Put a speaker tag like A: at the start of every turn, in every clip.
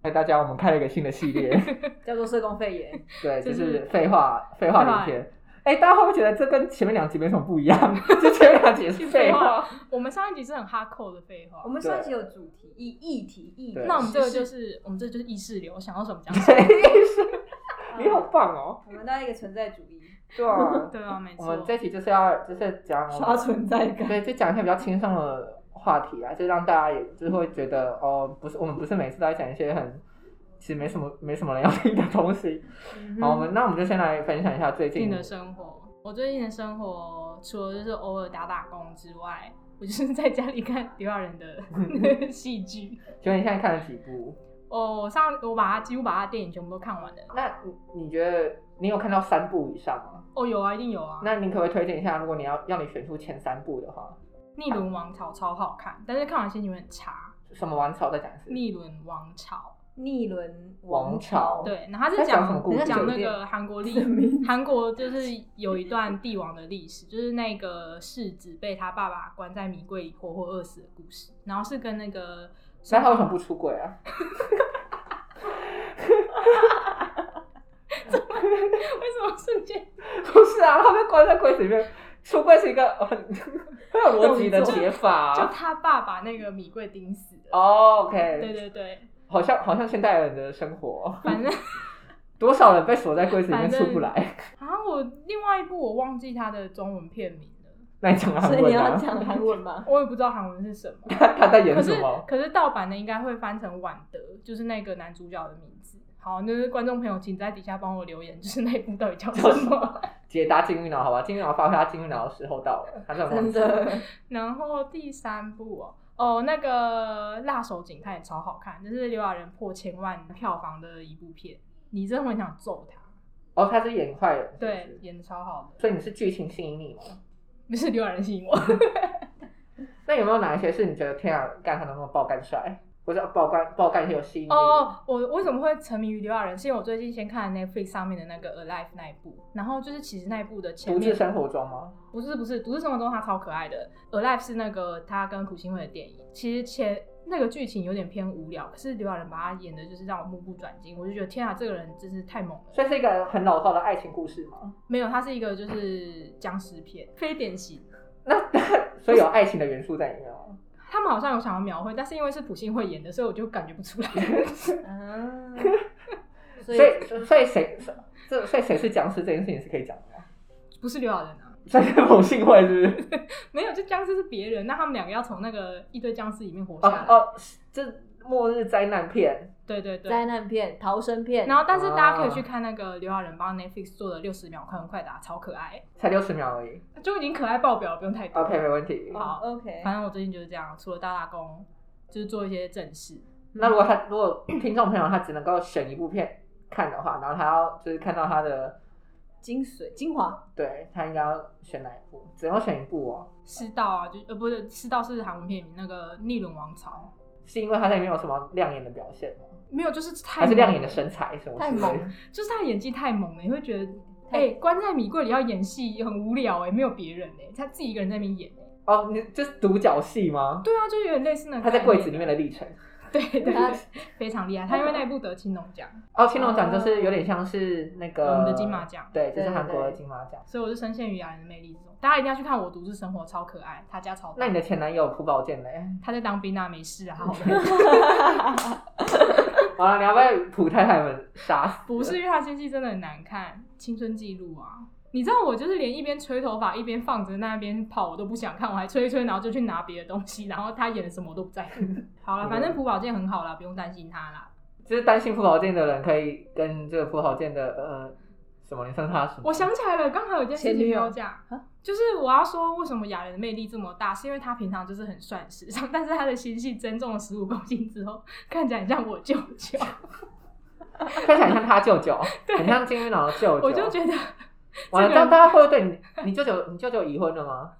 A: 嗨，大家，我们开了一个新的系 列，
B: 叫做社工肺 炎。
A: 对，就
B: 就是是
A: 废话废话
C: 废话
A: 连篇。哎，大家会不会觉得这跟前面两集没什么不一样？ 就前面两集也是
C: 是
A: 废
C: 废
A: 话，
C: 话。我们上一集是很哈扣的废话
B: 我，们上一集有主题议议题议题，
A: 对
C: 那我们这个就是是我们这就是意识流，想到什么讲什
A: 对，
C: 么。
A: 是你好棒哦！
B: 我们当一个存在主义，
A: 对啊，
C: 对啊，没
A: 我
C: 错。
A: 们这期就是要就是讲
B: 刷存在感。
A: 对，就讲一些比较轻松的话题啊，就让大家也就是会觉得哦，不是我们不是每次都在讲一些很其实没什么没什么人要听的东西。好，我们那我们就先来分享一下最
C: 最近
A: 近
C: 的生活。我最近的生活除了就是偶尔打打工之外，我就是在家里看刘亚仁的那个戏剧。
A: 请问你现在看了几部？
C: 哦，我上我把他几乎把他电影全部都看完了。
A: 那你你觉得你有看到三部以上吗？
C: 哦，有啊，一定有啊。
A: 那你可不可以推荐一下？如果你要要你选出前三部的话，
C: 逆轮王朝超好看，但是看完心情会很差。
A: 什么王朝再讲一次？
C: 逆轮王朝，
B: 逆轮
A: 王朝
C: 对，然后他
A: 在
C: 是
A: 讲什么故
B: 事
C: 讲
B: 酒
C: 那
B: 店
C: 个韩国历
B: 什么意思
C: 韩国就是有一段帝王的历史，就是那个世子被他爸爸关在米柜里活活饿死的故事，然后是跟那个
A: 那他为什么不出轨啊？
C: 为什么瞬间
A: 不是啊，他被关在柜子里面，出柜是一个很很有逻辑的解法
C: 就
A: 啊。
C: 他爸把那个米贵盯死了。
A: 哦，OK、o k
C: 对对对，
A: 好像好像现代人的生活，
C: 反正
A: 多少人被锁在柜子里面
C: 反正
A: 出不来？
C: 啊，我另外一部我忘记它的中文片名了，
A: 那你讲韩
B: 所以你
A: 文
B: 要
A: 啊？
B: 讲韩文吗？
C: 我也不知道韩文是什么。
A: 他他在演
C: 可
A: 什
C: 是
A: 么？
C: 可是盗版的应该会翻成婉德，就是那个男主角的名字。好，就是观众朋友，请在底下帮我留言，就是那部到底叫什么。
A: 解答金鱼脑，好吧，金鱼脑发挥他金鱼脑的时候到了，他在忙
B: 真的，
C: 然后第三部哦，哦，那个《辣手警探》也超好看，就是刘亚仁破千万票房的一部片，你真的会想揍他。
A: 哦，他是演坏人，是不是
C: 对，，演的超好的，
A: 所以你是剧情吸引你吗？
C: 不是刘亚仁 吸引我。
A: 那有没有哪一些是你觉得天啊，干他能不能爆干帅，或者爆干爆干有吸引力？
C: 哦，我为什么会沉迷于刘亚仁？是因为我最近先看了 Netflix 上面的那个《Alive》那一部，然后就是其实那一部的前
A: 独自
C: 面
A: 生活中吗？
C: 不是不是独自生活中他超可爱的，《Alive》是那个他跟朴信惠的电影，其实前那个剧情有点偏无聊，可是刘亚仁把他演的就是让我目不转睛，我就觉得天啊，这个人真是太猛了。
A: 所以是一个很老套的爱情故事吗？
C: 没有，它是一个就是僵尸片，非典型。
A: 那所以有爱情的元素在里面吗？
C: 他们好像有想要描绘，但是因为是朴信惠演的，所以我就感觉 不出来。
B: 啊，所
A: 所
B: 以
A: 以所以谁这所以谁是僵尸这件事情是可以讲的吗？
C: 不是刘亚仁啊，
A: 所以是某信会是不 是？
C: 没有，就僵尸是别人，那他们两个要从那个一堆僵尸里面活
A: 哦
C: 下来。
A: 哦，这末日灾难片，
C: 对对 对。
B: 灾难片、逃生片，
C: 然后，但是大
A: 哦
C: 家可以去看那个刘亚仁帮 Netflix 做的六十秒快问快答，超可爱，
A: 才六十秒而已。
C: 就已经可爱爆表了，不用太多。
A: OK，没问题。
C: 好
B: OK，
C: 反正我最近就是这样，除了打打工，就是做一些正事。
A: 那如果他如果听众朋友他只能够选一部片看的话，然后他要就是看到他的，
B: 精髓精华，
A: 对他应该要选哪一部？只能够选一部哦，
C: 师道啊，就呃不是师道是韩文片名，那个逆轮王朝
A: 是因为他在里面有什么亮眼的表现吗？
C: 没有，就是太
A: 还是
C: 猛
A: 亮眼的
C: 了
A: 身材什么
B: 太
A: 之类
B: 猛
A: 的？
C: 就是他演技太猛了，你会觉得，
B: 太
C: 哎、关在米柜里要演戏很无聊哎、没有别人哎、他自己一个人在那边演哎、
A: 哦，你就是独角戏吗？
C: 对啊，就有点类似那个
A: 他在柜子里面的历程。
C: 对对对
B: 他
C: 对，非常厉害。他因为那一部得青龙奖，
A: 哦，青龙奖就是有点像是那个
C: 我们的金马奖
A: 对，就是
B: 对对
A: 韩国的
B: 对
A: 金马奖。
C: 所以我就深陷于雅人的魅力之中。大家一定要去看《我独自生活》，超可爱，他家超大
A: 那你的前男友朴宝 剑嘞？
C: 他在当兵啊，没事啊，他好 的
A: 完了，你要被朴太太们杀死。
C: 不是因为他经济真的很难看，青春记录啊。你知道我就是连一边吹头发一边放着那边跑我都不想看，我还吹一吹，然后就去拿别的东西，然后他演的什么我都不在 乎。好了，反正朴宝剑很好啦，不用担心他啦。
A: 就是担心朴宝剑的人可以跟这个朴宝剑的呃什么，你称他什么？
C: 我想起来了，刚才有件事
B: 前
C: 情
B: 女
C: 没
B: 友
C: 有讲
B: 啊，
C: 就是我要说为什么雅人的魅力这么大，是因为他平常就是很帅时尚， 但是他的心系增重了十五公斤之后，看起来很像我舅 舅，
A: 看起来像他舅舅，
C: 对
A: 很像金鱼脑的舅舅。
C: 我就觉得
A: 完了，这
C: 这个
A: 样
C: 人
A: 大家会不会对你，你舅舅，你舅舅已婚了吗？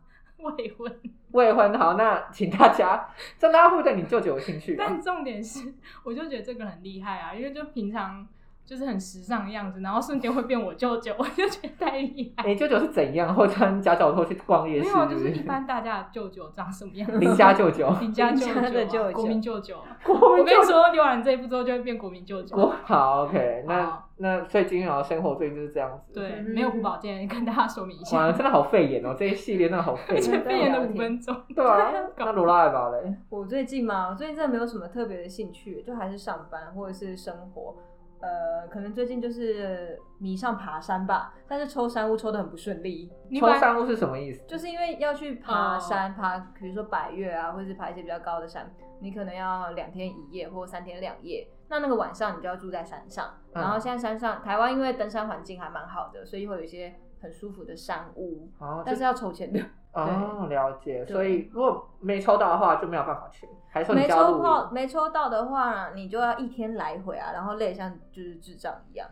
C: 未婚。
A: 未婚，好，那请大家，这 样大家会不会对你舅舅有兴趣、啊
C: 但？重点是，我就觉得这个很厉害啊，因为就平常就是很时尚的样子，然后瞬间会变我舅舅，我就觉得太厉 害。
A: 你舅舅是怎样？会穿夹脚拖去逛夜
C: 没
A: 市？
C: 有，啊就是一般大家的舅舅长什么样子？，
A: 邻家舅舅
C: 邻家舅
B: 邻家的
C: 舅
B: 舅
C: 啊，
B: 舅
C: 国民舅舅啊。
A: 我
C: 我跟你说，浏览这一步之后就会变国民舅舅。
A: 我 好 OK，那
C: 好
A: 那所以金鱼佬的生活最近就是这样子。
C: 对，
B: 嗯
C: 没有胡宝健，跟大家说明一
A: 哇，
C: 下，
A: 真的好肺炎哦！这一系列真的好肺
C: 而且
A: 炎。
C: 被嗯演了五分钟。
A: 对啊，
C: 搞
A: 那罗拉尔吧嘞？
B: 我最近嘛，我最近真的没有什么特别的兴趣，就还是上班或者是生活。呃，可能最近就是迷上爬山吧，但是抽山屋抽的很不顺利，
C: 你
A: 抽
C: 本来
A: 山屋是什么意思？
B: 就是因为要去
A: 哦
B: 爬山，爬比如说百越啊，或者是爬一些比较高的山，你可能要两天一夜或三天两夜。那那个晚上你就要住在山上，
A: 嗯
B: 然后现在山上台湾因为登山环境还蛮好的，所以会有一些很舒服的山屋，
A: 哦，就
B: 但是要筹钱的。
A: 哦，了解。
B: 对
A: 所以如果没抽到的话，就没有办法去，还是你
B: 没
A: 加
B: 抽
A: 入
B: 到没抽到的话，你就要一天来回啊，然后累得像就是智障一样，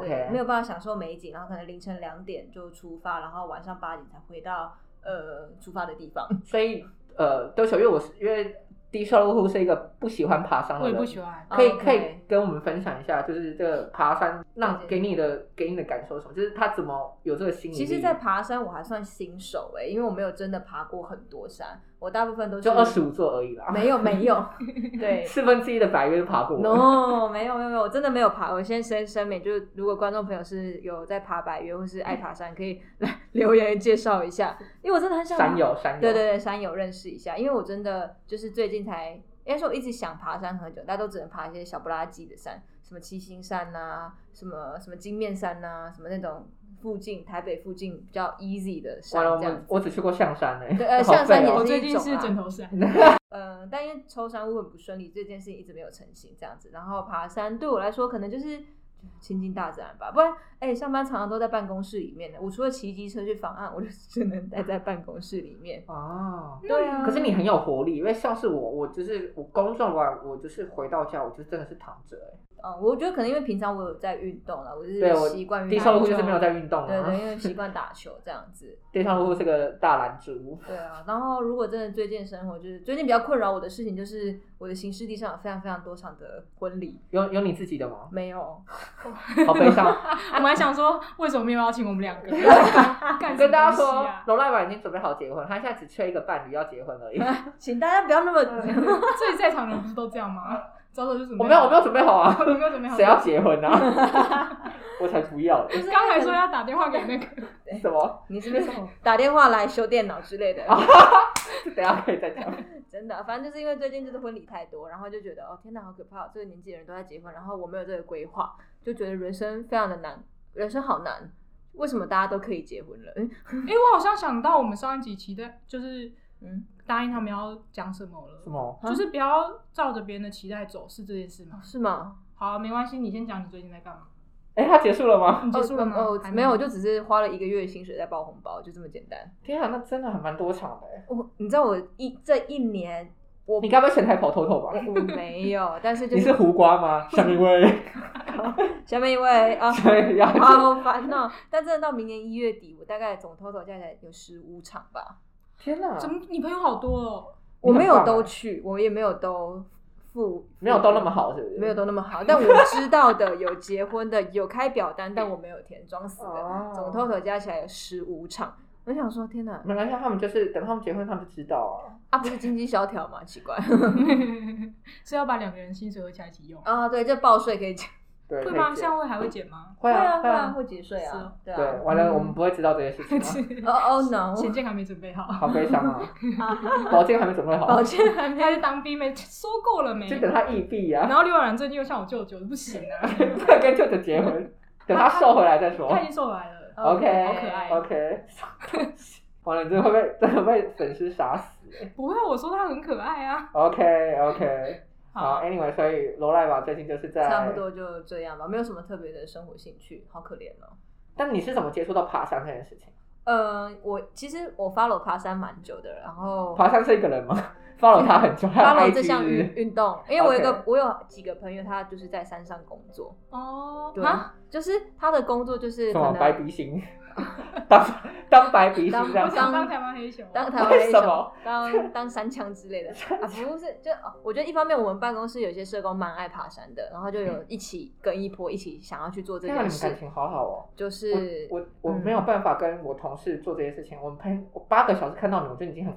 B: 对，没
A: OK，
B: 有办法享受美景，然后可能凌晨两点就出发，然后晚上八点才回到呃出发的地方。
A: 所以呃，对不起，因为我是因为低收入户是一个不喜欢爬山的哦
C: 我
A: 人，
C: 也不喜欢。
A: 可以
B: OK
A: 可以跟我们分享一下，就是这个爬山让
B: 对
A: 给你的给你的感受是什么？就是他怎么有这个心理力？
B: 其实，在爬山我还算新手哎、因为我没有真的爬过很多山，我大部分都是
A: 就二十五座而已啦，
B: 没有没有，对，
A: 四分之一的百约都爬过了。
B: no，没有没有没有，我真的没有爬。我先声声明，就是如果观众朋友是有在爬百越或是
A: 嗯
B: 爱爬山，可以 来留言介绍一下，因为我真的很想
A: 山友山啊友，
B: 对对对，山友认识一下，因为我真的就是最近才，应该说我一直想爬山很久，大家都只能爬一些小不拉几的山，什么七星山呐、什么什么金面山呐、什么那种附近台北附近比较 easy 的山
A: 完了，
B: 这样
A: 我
B: 子。
A: 我只去过象山呢、
B: 对呃
A: 好
B: 象山
A: 废
B: 也
A: 哦
C: 我
B: 是
C: 最
B: 一
C: 近
B: 种
C: 是
B: 啊
C: 枕头山，
B: 呃，但因为抽山屋很不顺利，这件事情一直没有成型这样子。然后爬山对我来说，可能就是亲近大自然吧。不然，哎、上班常常都在办公室里面的。我除了骑机车去访案，我就只能待在办公室里面。
A: 哦。
B: 对啊，
A: 可是你很有活力，因为像是我，我就是我工作完，我就是回到家，我就真的是躺着、欸。
B: 嗯，我觉得可能因为平常我有在运动了，我就
A: 对
B: 是
A: 我
B: 习惯于
A: 低
B: 打
A: 收入户
B: 球
A: 就是没有在运动
B: 对
A: 啊，
B: 对，因为习惯打球这样子。
A: 低收入户是个大懒猪。
B: 对啊，然后如果真的最近生活就是最近比较困扰我的事情，就是我的行事历上有非常非常多场的婚礼，
A: 有有你自己的吗？
B: 没有，
A: 好悲伤。
C: 我们还想说为什么没有邀请我们两个？干什
A: 跟
C: 么
A: 大家
C: 东西
A: 说
C: 啊，
A: 罗赖婉已经准备好结婚，他现在只缺一个伴侣要结婚而 已。
B: 请大家不要那
C: 嗯
B: 么。
C: 这里在场的人不是都这样吗？早早就准备
A: 嗯我没有，
C: 好
A: 我没有准备好啊，
C: 你没有准备好
A: 谁要结婚啊？ 我才不要嘞！
C: 刚才说要打电话给那个，
A: 什么？
B: 你是不是打电话来修电脑之类的？
A: 哦这等一下可以再讲。
B: 真的，啊反正就是因为最近就是婚礼太多，然后就觉得哦天哪，好可怕！这个年纪的人都在结婚，然后我没有这个规划，就觉得人生非常的难，人生好难。为什么大家都可以结婚了？嗯
C: 哎，我好像想到我们上一集期待，就是
B: 嗯，
C: 答应他们要讲什么
A: 什
C: 了，
A: 么？啊
C: 就是不要照着别人的期待走，是这件事吗？
B: 是吗？
A: 嗯
C: 好，没关系，你先讲你最近在干嘛？
A: 哎，他结束了吗？
C: 你结束了吗？
B: 哦，
C: 还
B: 没有，我就只是花了一个月的薪水在包红包，就这么简单。
A: 天啊，那真的还蛮多场的欸。
B: 我，你知道我一这一年我
A: 你该不会前台跑偷偷吧？
B: 我没有，但是就
A: 你是胡瓜吗？下面一 位，
B: 下面一位啊，
A: 对呀，
B: 好烦哦。但真的到明年一月底，我大概总 total 加起来有十五场吧。
A: 天哪，
C: 怎么你朋友好多哦？
B: 我没
A: 你
B: 有
A: 很棒欸
B: 都去，我也没有都付，
A: 没有都那么好，是不是？
B: 没有都那么好。但我知道的有结婚的，有开表单，但我没有填，装死的。
A: 哦
B: 总 total 加起来有十五场。我想说，天哪，
A: 没关系，他们就是等他们结婚，他们就知道啊。
B: 啊，不是经济萧条吗？奇怪
C: 是要把两个人薪水合起来一起用？
B: 啊，对，这报税可以减，
A: 对，哦
C: 会
A: 可以
C: 吗？
A: 结
C: 下位还会减 吗？
A: 会啊会
B: 啊，会
A: 啊，
B: 会节税
C: 是
B: 啊
C: 哦，
B: 对
A: 对，
B: 啊。
A: 完了我们不会知道这些事情啊，
B: 哦哦 no，
C: 钱健还没准备好，
A: 好悲伤啊！宝剑还没准备好，
B: 抱歉，还
C: 他
B: 没
C: 在当兵没说够了没？
A: 就等他异地啊。
C: 然后刘亚然最近又像我舅舅，不行 啊，
A: 快跟舅舅结婚，等他瘦回来再说。
C: 他已经瘦来了。
B: 哦
A: OK，
C: 好可爱
B: 啊
A: OK，完了，你这会被真的被粉丝杀死。
C: 呃不会，啊我说他很可爱啊。
A: OK OK，好，Anyway，所以罗赖吧最近就是在
B: 差不。多就这样吧，没有什么特别的生活兴趣，好可怜哦。
A: 但你是怎么接触到爬山这件事情？
B: 呃，我其实我 follow 爬山蛮久的，然后
A: 爬山是一个人吗？follow 他很久，还有
B: follow
A: IG
B: 这项
A: 是不
B: 运
A: 是
B: 运动，因为我有一个
A: OK
B: 我有几个朋友，他就是在山上工作，
C: 哦，
B: 对
C: 啊，
B: 就是他的工作就是
A: 什
B: 可
A: 么白
B: 能
A: 鼻星，当当白鼻熊
B: 当
A: 这样
C: 我
A: 子，
C: 想当台湾黑熊，啊
B: 当台湾黑
A: 为
B: 熊
A: 什么，
B: 当当山枪之类的啊，不是，就哦我觉得一方面我们办公室有些社工蛮爱爬山的，然后就有一起跟一波一起想要去做
A: 嗯
B: 这
A: 天啊，你
B: 件
A: 们感
B: 事，
A: 情好好哦。
B: 就是嗯
A: 我我我没有办法跟我同事做这些事情，我们喷我八个小时看到你，我就已经很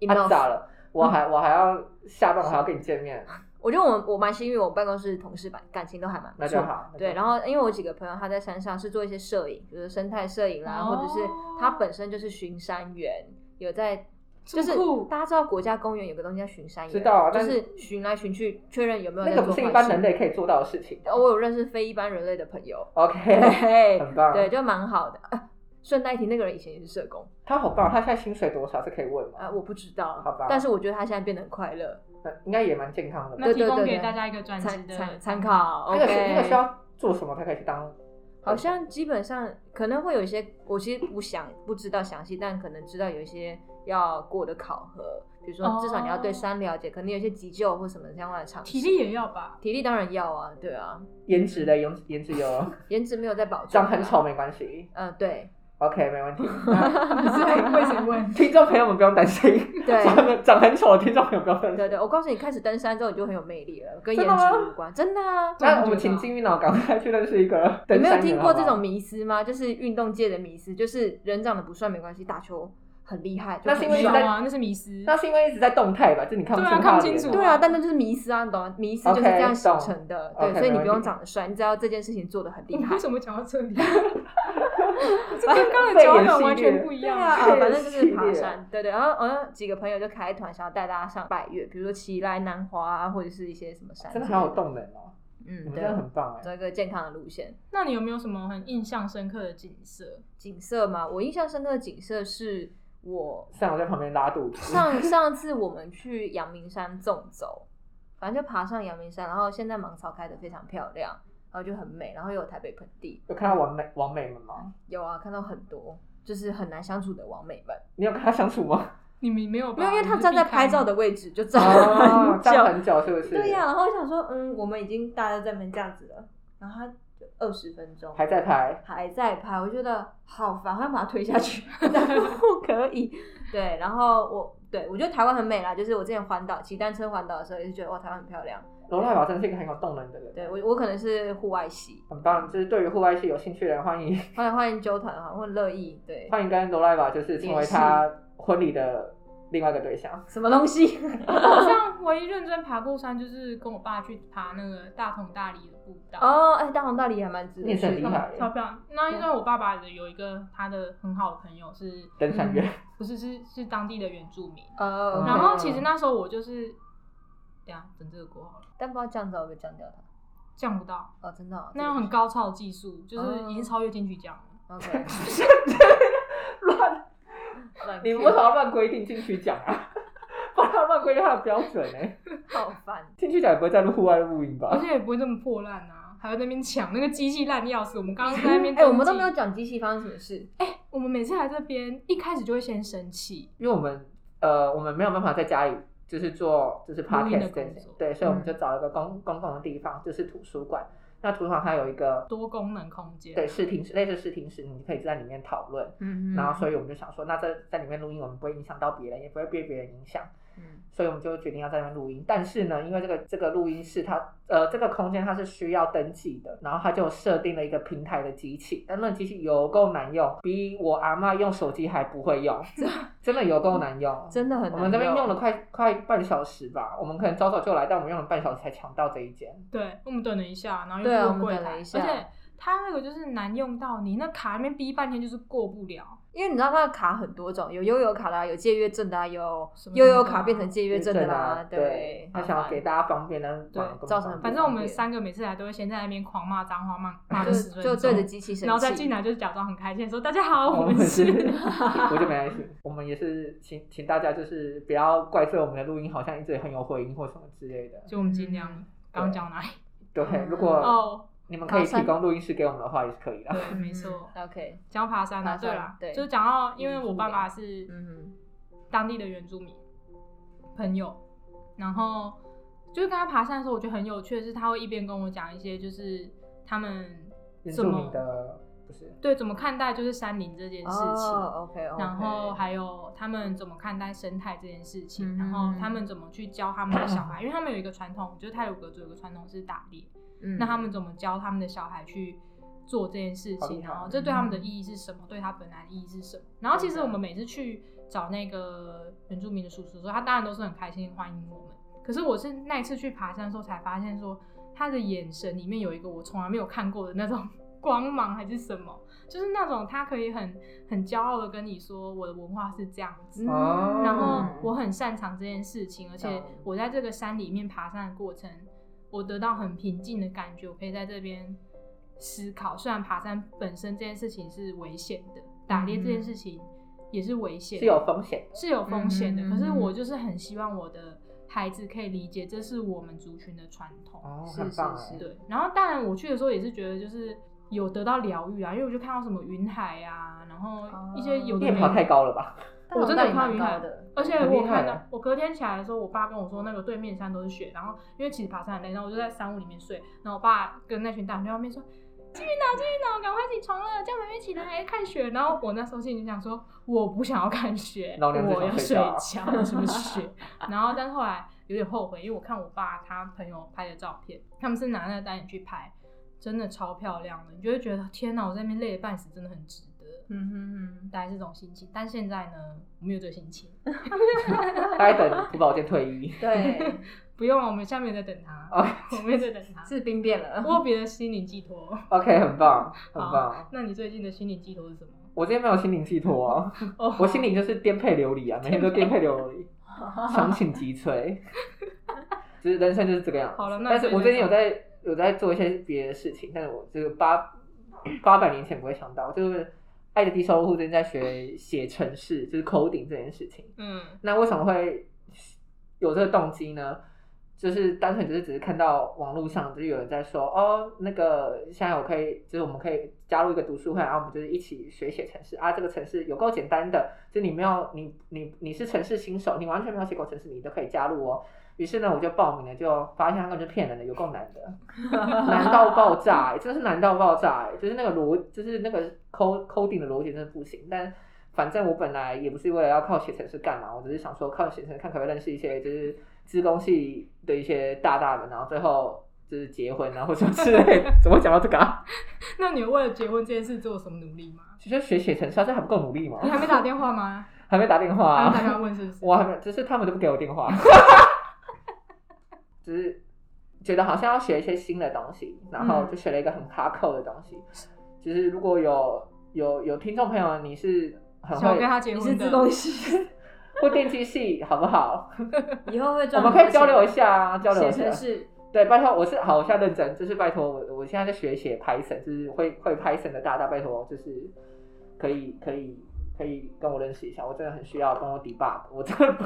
B: Enough 嗯
A: 阿杂了，我还我还要下班我还要跟你见 面，
B: 我觉得我我蛮幸运，我办公室同事感感情都还蛮不
A: 那就
B: 错。
A: 好。那就
B: 对，
A: 好
B: 然后因为我几个朋友他在山上是做一些摄影，比如说生态摄影啦，
C: 哦
B: 或者是他本身就是巡山员，有在
C: 这
B: 就
C: 么
B: 是
C: 酷
B: 大家知道国家公园有个东西叫巡山员，
A: 知道啊
B: 就
A: 但是
B: 是巡来巡去确认有没有
A: 那
B: 在
A: 个
B: 做
A: 不是一
B: 坏
A: 般
B: 事
A: 人类可以做到的事情。
B: 哦我有认识非一般人类的朋友，
A: OK，
B: 对，
A: 很棒
B: 对，就蛮好的。啊顺带一提，那个人以前也是社工，
A: 他好棒，他现在薪水多少？这可以问
B: 啊，
A: 吗？
B: 我不知道，
A: 好吧
B: 但是我觉得他现在变得很快乐，
A: 那应该也蛮健康的吧。
C: 那提
B: 对对
C: 供
B: 对
C: 给
B: 对
C: 大家一个转职
B: 参
C: 的
B: 参参。考。
A: 那个是那个
B: OK，
A: 需要做什么才可以去当？
B: 好像基本上可能会有一些，我其实不想不知道详细，但可能知道有一些要过的考核，比如
C: 哦
B: 说至少你要对山了解，可能有一些急救或什么相关的常识。
C: 体力也要吧，
B: 体力当然要啊，对啊，
A: 颜值的颜颜值 有
B: 颜值没有在保证，
A: 长
B: 啊
A: 很丑，没关系
B: 嗯，对
A: ，OK 没 问题。那
C: 你是在为谁 问？
A: 听众朋友们不用担心，
B: 对。
A: 长得长很丑的听众朋友不要担心。
B: 对对，我告诉你，开始登山之后你就很有魅力了，跟
A: 真
B: 颜
A: 的吗
B: 值无关，真的啊。
A: 那我们请金鱼脑赶快去认识一个
B: 你
A: 登
B: 没有
A: 山
B: 听
A: 员
B: 过
A: 好不
B: 这
A: 好
B: 种迷思吗？就是运动界的迷思，就是人长得不帅没关系，打球很厉害。就
A: 那是
B: 很
A: 因为
C: 没
A: 你
C: 有
B: 帅
A: 在
C: 啊，那是迷失。
A: 那是因为一直在动态吧，就你看不清
C: 对啊
A: 他的
C: 看不清
A: 脸
C: 楚
B: 对啊，但那就是迷思啊，你懂吗？迷思就是
A: OK，
B: 这样形成的。
A: 懂
B: 对
A: OK，
B: 所以你不
A: 没问
B: 用
A: 题
B: 长得帅，你只要这件事情做的很
C: 你
B: 厉害 啊
C: 为。什么讲到 这里？这跟刚刚的脚本完全不一
B: 对
C: 样。
B: 啊，
A: 这
B: 啊
A: 个
B: 反正就是爬
A: 系列
B: 山，对对。然后我有几个朋友就开团，想要带大家上百越，比如说奇来、南华啊，或者是一些什么山。
A: 真的好有，动能哦，你
B: 嗯，
A: 们
B: 对
A: 真的，很棒哎。
B: 走一个健康的路线。
C: 那你有没有什么很印象深刻的景色？
B: 景色嘛，我印象深刻的景色是我
A: 像我在旁边拉肚子，
B: 上上次我们去阳明山纵走，反正就爬上阳明山，然后现在芒草开的非常漂亮，然后就很美，然后又有台北盆地，
A: 有看到王美王美们吗？
B: 有啊，看到很多就是很难相处的王美们，
A: 你有跟她相处吗？
C: 你们没有吧？
B: 没有，因为他站在拍照的位 置就站
A: 哦
B: 了 很
A: 站
B: 久，
A: 很久是不是？
B: 对呀、然后我想说，嗯，我们已经大家在那边这样子了，然后他就二十分钟
A: 还在拍，
B: 还在拍，我觉得好烦，我要把它推下去，不可以。对，然后我对我觉得台湾很美啦，就是我之前环岛骑单车环岛的时候，也是觉得哇，台湾很漂亮。
A: 罗大宝真的是一个很有动能的人，
B: 对我，我可能是户外系，
A: 很棒。就是对于户外系有兴趣的人，欢迎，
B: 欢迎欢迎纠团哈，我很乐意。对
A: 欢迎跟罗大宝就是成为他婚礼的另外一个对象。
B: 什么东西？
C: 我好像唯一认真爬过山，就是跟我爸去爬那个大同大理的步道。
B: 哦，哎，大红大理也还蛮值得
A: 你是很
B: 去
A: 厉
B: 的。哦
A: 害
C: 嗯超漂亮。那因为我爸爸的有一个他的很好的朋友是嗯
A: 登山员，
C: 不是是是当地的原住民。
B: 呃，
A: 嗯
C: 然后其实那时候我就是，等一下等这个锅好了，
B: 但不知道降噪会不会降掉它。
C: 降不到，
B: 哦，真的哦、
C: 那样很高超的技术，就是已经超越金曲奖了。
B: OK， 嗯
A: 乱，
B: 乱
A: 你
B: Q
A: 为什么要乱规定进去讲啊？不然乱规定他的标准哎，
B: 好烦。
A: 进去讲也不会再录户外录音
C: 而
A: 吧？
C: 且也不会这么破烂啊，还会在那边抢那个机器烂的要死。我们刚刚在那边， 哎
B: 哎、我们都没有，讲机器发生什么事。
C: 我们每次来这边一开始就会先生气，
A: 因为我们呃，我们没有办法在家里就是做就是
C: 录音的
A: podcast
C: 工
A: 这些
C: 作嗯
A: 对，所以我们就找一个公、公共的地方，就是图书馆。那图书馆它有一个
C: 多功能空间。
A: 对视听室，类似视听室，你可以在里面讨论。
B: 嗯
A: 然后，所以我们就想说，那在在里面录音，我们不会影响到别人，也不会被别人影响，
B: 以
A: 所以我们就决定要在那边录音。但是呢，因为这个这个录音室它呃这个空间它是需要登记的，然后它就设定了一个平台的机器，但那个机器有够难用，比我阿妈用手机还不会 用，真的有够难用，
B: 真的很难
A: 我们这边用
B: 了，
A: 了快快半小时吧，我们可能早早就来，但我们用了半小时才抢到这一间。
C: 对，我们等了一下，然后又
B: 对啊
C: 去
B: 我
C: 问
B: 们
C: 柜
B: 等
C: 台，
B: 了
C: 而
B: 一下
C: 且它那个就是难用到你那卡那边逼半天就是过不了。
B: 因为你知道它的卡很多种，有悠游卡啦，有借阅证的、啊，有
C: 什么啊
B: 悠游卡变成借阅证的
A: 真
B: 啦、
A: 啊
B: 对，
A: 他想要给大家方便，但是
C: 对
A: 网络根本
B: 造成
A: 不方便
C: 反正我们三个每次来都会先在那边狂骂脏话，骂骂
B: 麻烦
C: 个十
B: 就
C: 分
B: 就
C: 钟，
B: 对着机器生气，
C: 然后再进来就是假装很开心地说：“大家好， 我
A: 我
C: 们
A: 们
C: 是
A: 哦 是，我就没耐心。我们也是请请大家就是不要怪罪我们的录音好像一直很有回音或什么之类的。
C: 就我们尽量。”刚刚讲哪里？
A: 对，
B: 嗯
A: 如果
C: 哦，
A: 你们可以
B: 爬山
A: 提供录音室给我们的话，也是可以的。
C: 对，
B: 嗯，
C: 没错。
B: OK，
C: 讲到爬山啊，
B: 爬山
C: 对啦，
B: 对
C: 就是讲到，因为我爸爸是
B: 嗯
C: 当地的原住民朋友，然后就是跟他爬山的时候，我觉得很有趣的是，他会一边跟我讲一些就是他们
A: 原
C: 怎
A: 住民
C: 么
A: 的不是？
C: 对怎么看待就是山林这件事情。
B: 哦，OK，,
A: 嗯
B: o k
C: 然后还有他们怎么看待生态这件事情，
B: 嗯
C: 然后他们怎么去教他们的小孩，因为他们有一个传统，就是泰鲁格族有个传统是打猎，
A: 嗯
C: 那他们怎么教他们的小孩去做这件事
A: 好厉
C: 情，
A: 害
C: 然后这对他们嗯的意义是什么，对他本来的意义是什么。然后其实我们每次去找那个原住民的叔叔的时候，他当然都是很开心欢迎我们。可是我是那一次去爬山的时候才发现说，他的眼神里面有一个我从来没有看过的那种 光芒还是什么，就是那种他可以很很骄傲的跟你说我的文化是这样子，
A: 哦
C: 然后
B: 嗯
C: 我很擅长这件事情，而且
A: 懂
C: 我在这个山里面爬山的过程，我得到很平静的感觉，我可以在这边思考。虽然爬山本身这件事情是危险的，打猎这件事情也是危险的，
A: 嗯是有风险的。
C: 是有风险的。
B: 嗯
C: 可是我就是很希望我的孩子可以理解，这是我们族群的传统。
A: 哦，
B: 是
A: 很棒哎
B: 是是，
C: 对，然后当然我去的时候也是觉得就是。有得到疗愈啊，因为我就看到什么云海啊，然后一些有
A: 哦你
C: 的
A: 也
C: 没
A: 跑
C: 有
A: 太高了 吧？
C: 我真的有看到云海
A: 啊
B: 蛮高的，
C: 而且
A: 很
C: 我
A: 厉
C: 看
A: 害
C: 到
A: 欸，
C: 我隔天起来的时候，我爸跟我说那个对面山都是雪，然后因为其实爬山很累，然后我就在山屋里面睡，然后我爸跟那群大人在外面说。继续挠，继续挠，赶快起床了，叫妹妹起来看雪。然后我那时候心里就想说，我不想要看雪，
A: 老娘只
C: 我要
A: 想
C: 睡
A: 睡觉
C: 觉，什么雪？然后但是后来有点后悔，因为我看我爸他朋友拍的照片，他们是拿那个单眼去拍，真的超漂亮的，你就会觉得天哪，我在那边累得半死，真的很值得。
B: 嗯哼哼，。
C: 大概是这种心情，但现在呢，我没有这个心情，
A: 大概等朴宝剑退役哦
B: 对，
C: 不用了，我们下面在等他，
A: OK
C: 我们也在等 他，
B: 是兵变了。
C: 我有别的心灵寄托，
A: OK，很棒，很
C: 好
A: 棒。
C: 那你最近的心灵寄托是什么？
A: 我今天没有心灵寄托啊，
C: 哦
A: 我心灵就是颠沛流 离啊，每天都颠沛流离，强请击摧。就是人生就是这个样子。
C: 好了那
A: 但是
C: 所以
A: 我
C: 那
A: 最近有
C: 种
A: 在有在做一些别的事情，但是我这个八八百年前不会想到，就是爱的低收入户正在学写程式，就是 coding 这件事情。
C: 嗯
A: 那为什么会有这个动机呢？就是单纯就是只是看到网络上就是有人在说哦，那个现在我可以，就是我们可以加入一个读书会，啊然后我们就是一起学写程式啊。这个程式有够简单的，就你没有你你你是程式新手，你完全没有写过程式，你都可以加入哦。于是呢，我就报名了，就发现它根本就骗人的，有够难的。难到爆炸、欸， 真的是难到爆炸、欸，就是那个逻，就是那个 code coding 的逻辑真的不行。但反正我本来也不是为了要靠写程式干嘛，我只是想说靠写程式看可不可以认识一些就是资工系的一些大大们，然后最后就是结婚啊或者之类的。 怎么会讲到这个、啊？
C: 那你有为了结婚这件事做什么努力吗？
A: 其实学写程式啊，这还不够努力吗？
C: 你还没打电话 吗？
A: 还没打电话、
C: 还
A: 啊
C: 没打，电话问是不是？
A: 我还没，就是他们都不给我电话， 只是觉得好像要学一些新的东西，然后
C: 嗯
A: 就学了一个很哈扣的东西。就是如果有有有听众朋友，你是很
C: 想要
A: 会
C: 跟他结
B: 你
C: 婚
B: 是
C: 的
B: 自， 贡系，
A: 或电机系，好不 好？
B: 以后会
A: 我
B: 专
A: 们
B: 门
A: 可以交流一下啊，交流一
B: 写
A: 下
B: 程。式，
A: 对，拜托，我是好，我现在认真，就是拜托我，我现在在学写 Python，就是会会 Python 的大大，拜托，就是可以可以可以跟我认识一下，我真的很需要跟我 debug，我真的不，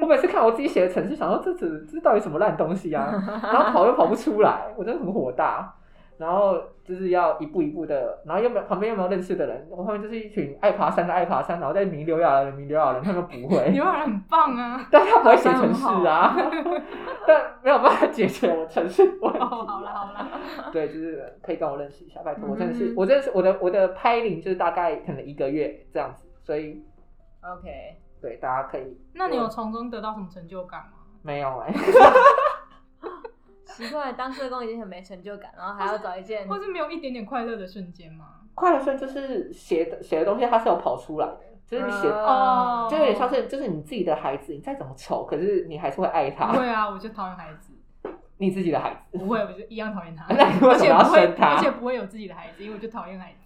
A: 我每次看我自己写的程式，想说这这这到底什么烂东西啊，然后跑又跑不出来，我真的很火大，然后就是要一步一步的，然后又没有旁边又没有认识的人，我旁边就是一群爱爬山的爱爬山，然后在名流雅人的名流雅人，他们不 会，
C: 有人很棒 啊。
A: 但他不会写程式啊， 但没有办法解决我程式问题。啊
C: 哦，好啦好啦，
A: 对，就是可以跟我认识一下，拜托，
B: 嗯
A: 我真的是，我真的是我的我的拍龄就是大概可能一个月这样子，所以
B: OK，
A: 对大家可以
C: 那你有从中得到什么成就感吗？
A: 没有哎、
B: 奇怪，当社工已经很没成就感，然后还要找一件
C: 或是没有一点点快乐的瞬间吗？
A: 快乐生就是写的写的东西它是有跑出来的，就是你写。
B: 呃
C: 哦
A: 呃就有点像是，就是你自己的孩子，你再怎么丑，可是你还是会爱
C: 不
A: 他，
C: 会啊，我就讨厌孩子，
A: 你自己的孩子。
C: 不会，我就一样讨厌他，
A: 那你为什么
C: 而且
A: 要
C: 不会，
A: 生他
C: 而且不会有自己的孩子，因为我就讨厌孩子，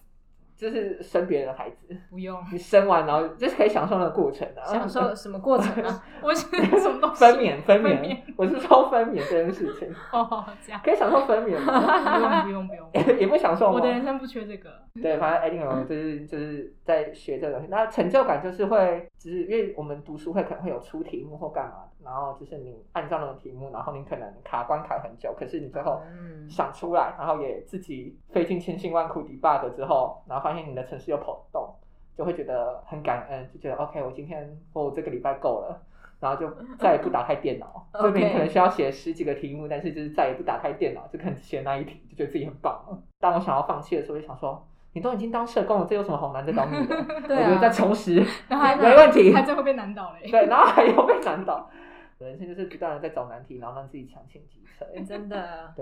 A: 就是生别人的孩子，
C: 不用。
A: 你生完然后就是可以享受那个过程的、啊，
B: 享受什么过程啊？
C: 我是什么东西？啊
A: 分娩分
C: 分
A: 娩，我是说分娩这件事情，
C: 哦，这样
A: 可以享受分娩吗？
C: 不用不用不用，
A: 也不享受
C: 我
A: 吗
C: 的？人生不缺这个。
A: 对，反正 anyway 就是就是在学这个东西，那成就感就是会，就是因为我们读书会可能会有出题目或干嘛的，然后就是你按照那种题目，然后你可能卡关卡很久，可是你最后
B: 嗯，
A: 想出来，然后也自己费尽千辛万苦 debug 之后，然后发现你的城市有跑动，就会觉得很感恩，就觉得 OK，我今天或我这个礼拜够 了。然后就再也不打开电脑，这
B: OK
A: 边可能需要写十几个题目， 但是就是再也不打开电脑，就可能只写那一题，就觉得自己很棒了。当我想要放弃的时候，就想说，你你都已经当社工了，这有什么好难再找你 的？
B: 对
A: 我觉得再
B: 啊，
A: 重拾
C: 然后还
A: 没问题
C: 还真会被难倒嘞。
A: 对，然后还有被难倒，人生就是不断的在找难题，然后让自己强行提升。
B: 真 的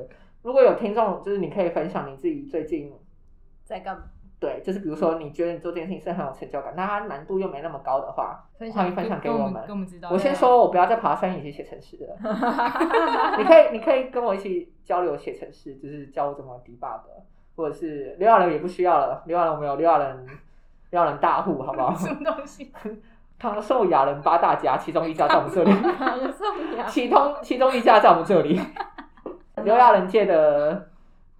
A: 如果有听众，就是你可以分享你自己最近
B: 在干嘛？
A: 对，就是比如说你觉得你做这件事情是很有成就感，那它难度又没那么高的话，
B: 分
A: 欢
B: 享
A: 迎分享给
C: 跟我
A: 我
C: 们
A: 们
C: 跟。我们知道。？
A: 我先说，我不要再爬山，以及写程式了。你可以，你可以跟我一起交流写程式，就是教我怎么 debug，或者是刘亚人也不需要了，刘亚人我们有刘亚人，刘亚人大户，好不好
C: 什么东西？
A: 唐寿雅人八大家，其中一家在我们这里。
B: 有送 你啊，
A: 其中其中一家在我们这里，刘亚仁界的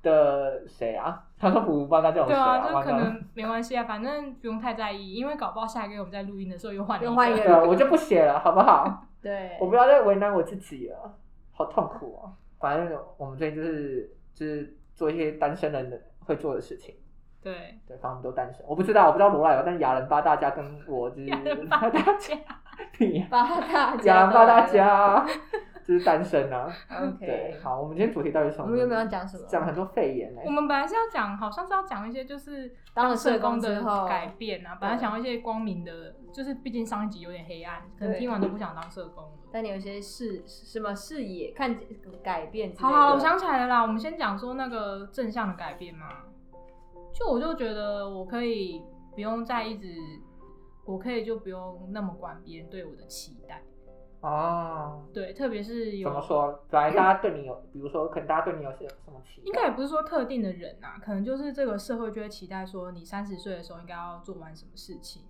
A: 的谁啊？他说不帮他叫我
C: 对
A: 谁
C: 啊，就
A: 完
C: 可
A: 蛋了
C: 能没关系啊，反正不用太在意，因为搞不好下一个月我们在录音的时候又换了
B: 又换一
C: 个
B: 个
A: 对啊，我就不写了，好不好？
B: 对
A: 我不要再为难我自己了，好痛苦哦。反正我们最近就是就是做一些单身人的会做的事情。
C: 对，
A: 对，反正我们都单身。我不知道，我不知道罗拉有，哦但亚人八大家跟我就是
C: 亚人八大 家，
A: 屁呀
B: 八大
A: 亚
B: 家
A: 人
B: 都
A: 八大
B: 来了
A: 家就是单身啊。对
B: ，OK，，
A: 好，我们今天主题到底是什么？
B: 我们有没有要讲什么？
A: 讲很多肺炎呢、
C: 我们本来是要讲，好像是要讲一些就是
B: 当了社工
C: 工
B: 之
C: 的
B: 后
C: 改变啊，本来想要一些光明的，就是毕竟上一集有点黑暗，可能
B: 对
C: 听完都不想当社工了。
B: 但你有一些视什么视野看见改变之类
C: 好
B: 的
C: 好，我想起来了啦，我们先讲说那个正向的改变嘛。就我就觉得我可以不用再一直，我可以就不用那么管别人对我的期待，
A: 哦，
C: 对，特别是有
A: 怎么说？本来大家对你有，比如说，可能大家对你有些什么期
C: 应该
A: 待？
C: 也不是说特定的人啊，可能就是这个社会就会期待说，你三十岁的时候应该要做完什么事情，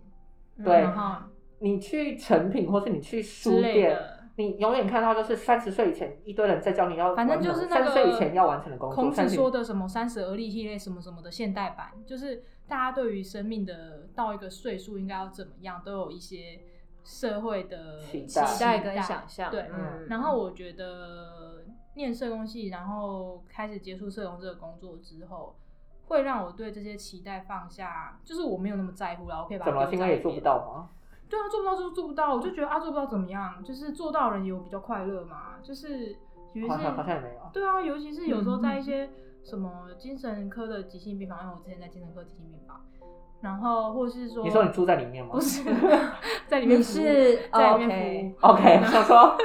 B: 嗯
A: 对
C: 然后
A: 你去成品，或是你去书
C: 之类
A: 店，
C: 的。
A: 你永远看到就是三十岁以前一堆人在教你要完
C: 反
A: 成，
C: 正就是那
A: 三
C: 个
A: 十岁以前要完成的工作。
C: 孔子
A: 30
C: 说的什么三十而立系列什么什么的现代版，就是大家对于生命的到一个岁数应该要怎么样，都有一些社会的
A: 期待
B: 期待跟想象，
C: 对，
B: 嗯
C: 然后我觉得念社工系，然后开始接触社工这个工作之后，会让我对这些期待放下，就是我没有那么在乎了，我可以把它
A: 怎么了？
C: 丢
A: 是因
C: 在
A: 为
C: 一
A: 也做不
C: 边
A: 到吗？
C: 对啊，做不到就是做不到，我就觉得啊，做不到怎么样？就是做到人有比较快乐嘛，就是尤其
A: 好
C: 是
A: 像好像也没有。
C: 对啊，尤其是有时候
A: 嗯
C: 在一些什么精神科的急性病房，因为哎我之前在精神科急性病房，然后或是说
A: 你说你住在里面吗
C: 啊不是 在里面
B: 你
C: 服务
B: 是
C: 在里
B: OK
C: 面服务。
A: ？OK，想说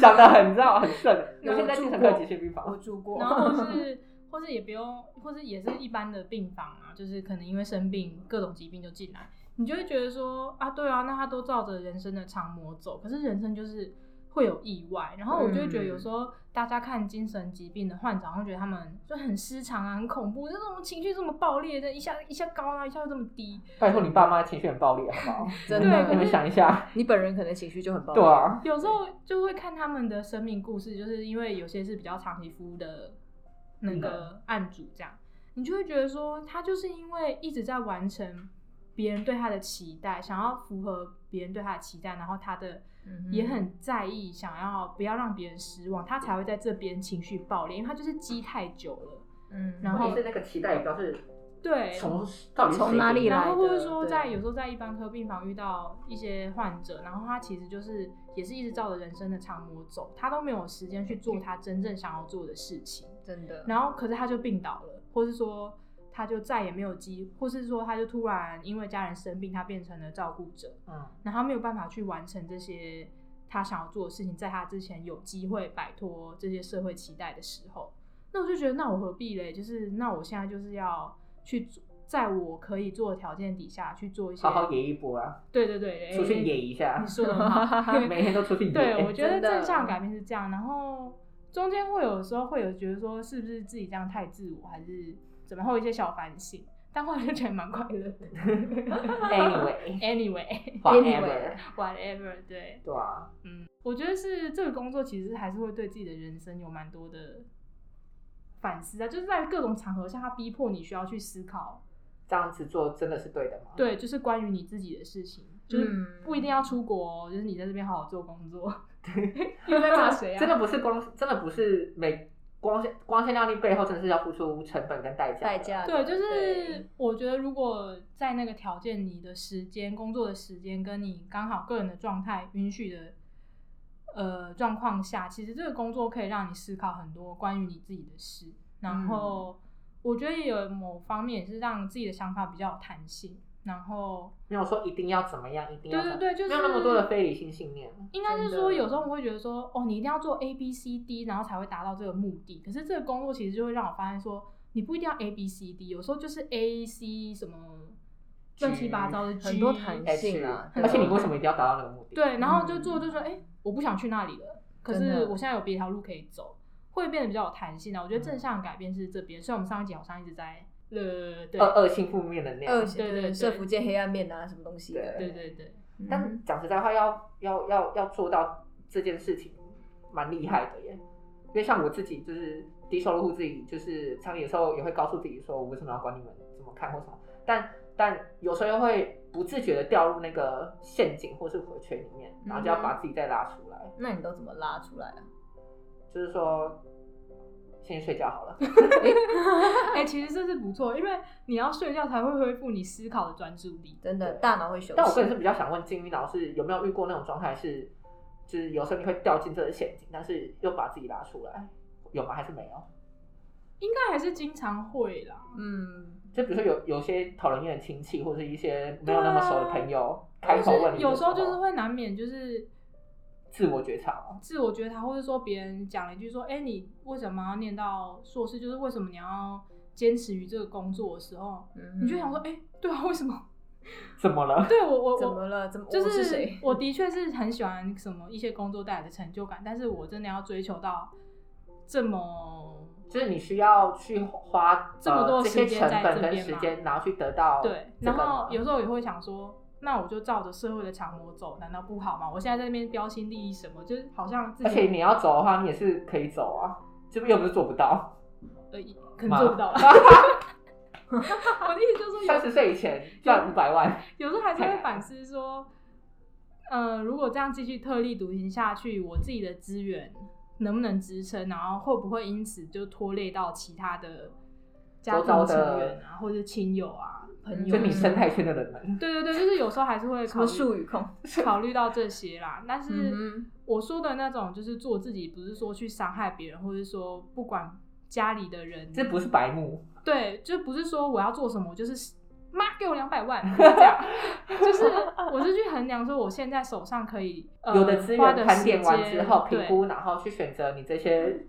A: 讲的很绕很顺，尤其在精神科急性病
B: 我
A: 房。
B: 住过，
C: 然 后或是或是也不用，或是也是一般的病房啊，就是可能因为生病各种疾病就进来，你就会觉得说啊，对啊，那他都照着人生的长模走，可是人生就是会有意外，然后我就会觉得有时候大家看精神疾病的患者，好像觉得他们就很失常啊，很恐怖，这种情绪这么爆裂，这一下一下高啊，一下又这么低，
A: 拜托你爸妈情绪很暴力，好不好？
B: 真
C: 的
A: 你们想一下，
B: 你本人可能情绪就很暴
A: 对
B: 躁，
A: 啊，
C: 有时候就会看他们的生命故事，就是因为有些是比较长期服务的那个案主，这样你就会觉得说，他就是因为一直在完成别人对他的期待，想要符合别人对他的期待，然后他的
B: 嗯哼
C: 也很在意，想要不要让别人失望，他才会在这边情绪爆裂，因为他就是积太久了。
B: 嗯，
C: 然后
A: 是那个期待，也表示
C: 对，
A: 从到底是
B: 从
A: 谁
B: 哪
A: 给你
B: 里
A: 的
B: 来
C: 然
B: 的
C: 后或者说
B: 对
C: 在有时候在一般科病房遇到一些患者，然后他其实就是也是一直照着人生的长模走，他都没有时间去做他真正想要做的事情，
B: 真的，
C: 然后可是他就病倒了，或是说他就再也没有机，或是说他就突然因为家人生病，他变成了照顾者，
A: 嗯，
C: 然后他没有办法去完成这些他想要做的事情，在他之前有机会摆脱这些社会期待的时候，那我就觉得，那我何必嘞？就是那我现在就是要去做在我可以做的条件底下去做一些，
A: 好好野一波啊，
C: 对对对，
A: 出去
C: 哎
A: 野一下
C: 你。说的很好，
A: 每天都出去野。
C: 哎对， 我觉得
B: 真的
C: 正向改变是这样，然后中间会有时候会有觉得说，是不是自己这样太自我，还是怎么，会有一些小反省，但后来就觉得蛮快乐 的。
A: Anyway，whatever，
B: Anyway
C: Anyway，whatever，对。
A: 对啊，
C: 我觉得是这个工作其实还是会对自己的人生有蛮多的反思啊，就是在各种场合下，它逼迫你需要去思考，
A: 这样子做真的是对的吗？，
C: 对，就是关于你自己的事情，就是
B: 嗯
C: 不一定要出国、哦，就是你在这边好好做工作， 又在骂谁啊？
A: 真的不是光，真的不是每光鲜光鲜亮丽背后，真的是要付出成本跟代价的。
B: 代价
C: 对，
B: 的
C: 就是
B: 对
C: 我觉得如果在那个条件，你的时间、工作的时间跟你刚好个人的状态允许的呃状
A: 嗯
C: 况下，其实这个工作可以让你思考很多关于你自己的事，然后我觉得也有某方面也是让自己的想法比较有弹性，然后
A: 没有说一定要怎么样，一定要
C: 对
A: 怎么
C: 对对就是
A: 没有那么多的非理性信念。
C: 应该是
B: 真的
C: 说，有时候我会觉得说，哦，你一定要做 A B C D，然后才会达到这个目的。可是这个工作其实就会让我发现说，你不一定要 A B C D，有时候就是 A C 什么乱七八糟的 G，
B: 很多弹
A: 哎
B: 性
A: 是
B: 啊
A: 而且你为什么一定要达到那个目的？
C: 对，然后就做就说，哎、我不想去那里了，可
B: 嗯真
C: 是
B: 的嗯
C: 我现在有别条路可以走，会变得比较有弹性啊。我觉得正向的改变是这边，虽然我们上一集好像一直在呃，
A: 嗯
C: 对
A: 恶恶性负面能量。
B: 二
C: 对对对
B: 社福界黑暗面啊，什么东西的。
C: 对对对，
B: 嗯
A: 但讲实在话，要要要要做到这件事情，蛮厉害的耶。因为像我自己就是低收入户，自己就是常有时候也会告诉自己说，我为什么要管你们怎么看或什么，但但有时候又会不自觉的掉入那个陷阱或是回圈里面，然后就要把自己再拉出来。
B: 那你都怎么拉出来啊？
A: 就是说，先去睡觉好了。
C: 哎、其实这是不错，因为你要睡觉才会恢复你思考的专注力。
B: 真的，大脑会休息。
A: 但我个人是比较想问金鱼老师，有没有遇过那种状态是，就是有时候你会掉进这个陷阱，但是又把自己拉出来，有吗？还是没有？
C: 应该还是经常会啦，
B: 嗯，
A: 就比如说有有些讨人厌的亲戚，或者是一些没有那么熟的朋友，开口
C: 就
A: 问
C: 是
A: 你，
C: 啊有时候就是会难免就是
A: 自我觉察嘛。
C: 自我觉察，或者说别人讲了一句说：“哎、你为什么要念到硕士？就是为什么你要坚持于这个工作的时候，
B: 嗯
C: 你就想说：哎、对啊，为什么？
A: 怎么了？
C: 对我我
B: 怎
C: 我
B: 么了？怎么
C: 就
B: 我是
C: 是
B: 谁？
C: 我的确是很喜欢什么一些工作带来的成就感，但是我真的要追求到这么
A: 就是你需要去花
C: 这么多
A: 呃、这
C: 的
A: 些
C: 时间
A: 成
C: 在
A: 本
C: 这
A: 跟
C: 边
A: 时
C: 嘛
A: 间，然后去得到
C: 对，
A: 这个
C: 然后
A: 吗
C: 有时候也会想说，那我就照着社会的长模走，难道不好吗？我现在在那边标新立异什么，就是好像自
A: 而且
C: 己
A: 你要走的话，你也是可以走啊，这又不是做不到。
C: 呃可能做不 到了。 我的意思就是说
A: 三十岁以前赚五百万，
C: 有时候还是会反思说，呃，如果这样继续特立独行下去，我自己的资源能不能支撑，然后会不会因此就拖累到其他的家
A: 周遭的嗯
C: 庭成员啊，或者亲友啊、朋友
A: 就
C: 啊？
A: 你生态圈的人们，
C: 对对对，就是有时候还是会
B: 什
C: 考
B: 么
C: 虑
B: 术语控？
C: 考虑到这些啦。但是
B: 嗯
C: 我说的那种，就是做自己，不是说去伤害别人，或者说不管家里的人，
A: 这不是白目，
C: 对，就不是说我要做什么，我就是妈给我两百万，不是这 样，就是我是去衡量说我现在手上可以、呃、
A: 有的资
C: 花
A: 源
C: 的
A: 盘点
C: 时
A: 完
C: 间
A: 之后评
C: 对
A: 估，然后去选择你这些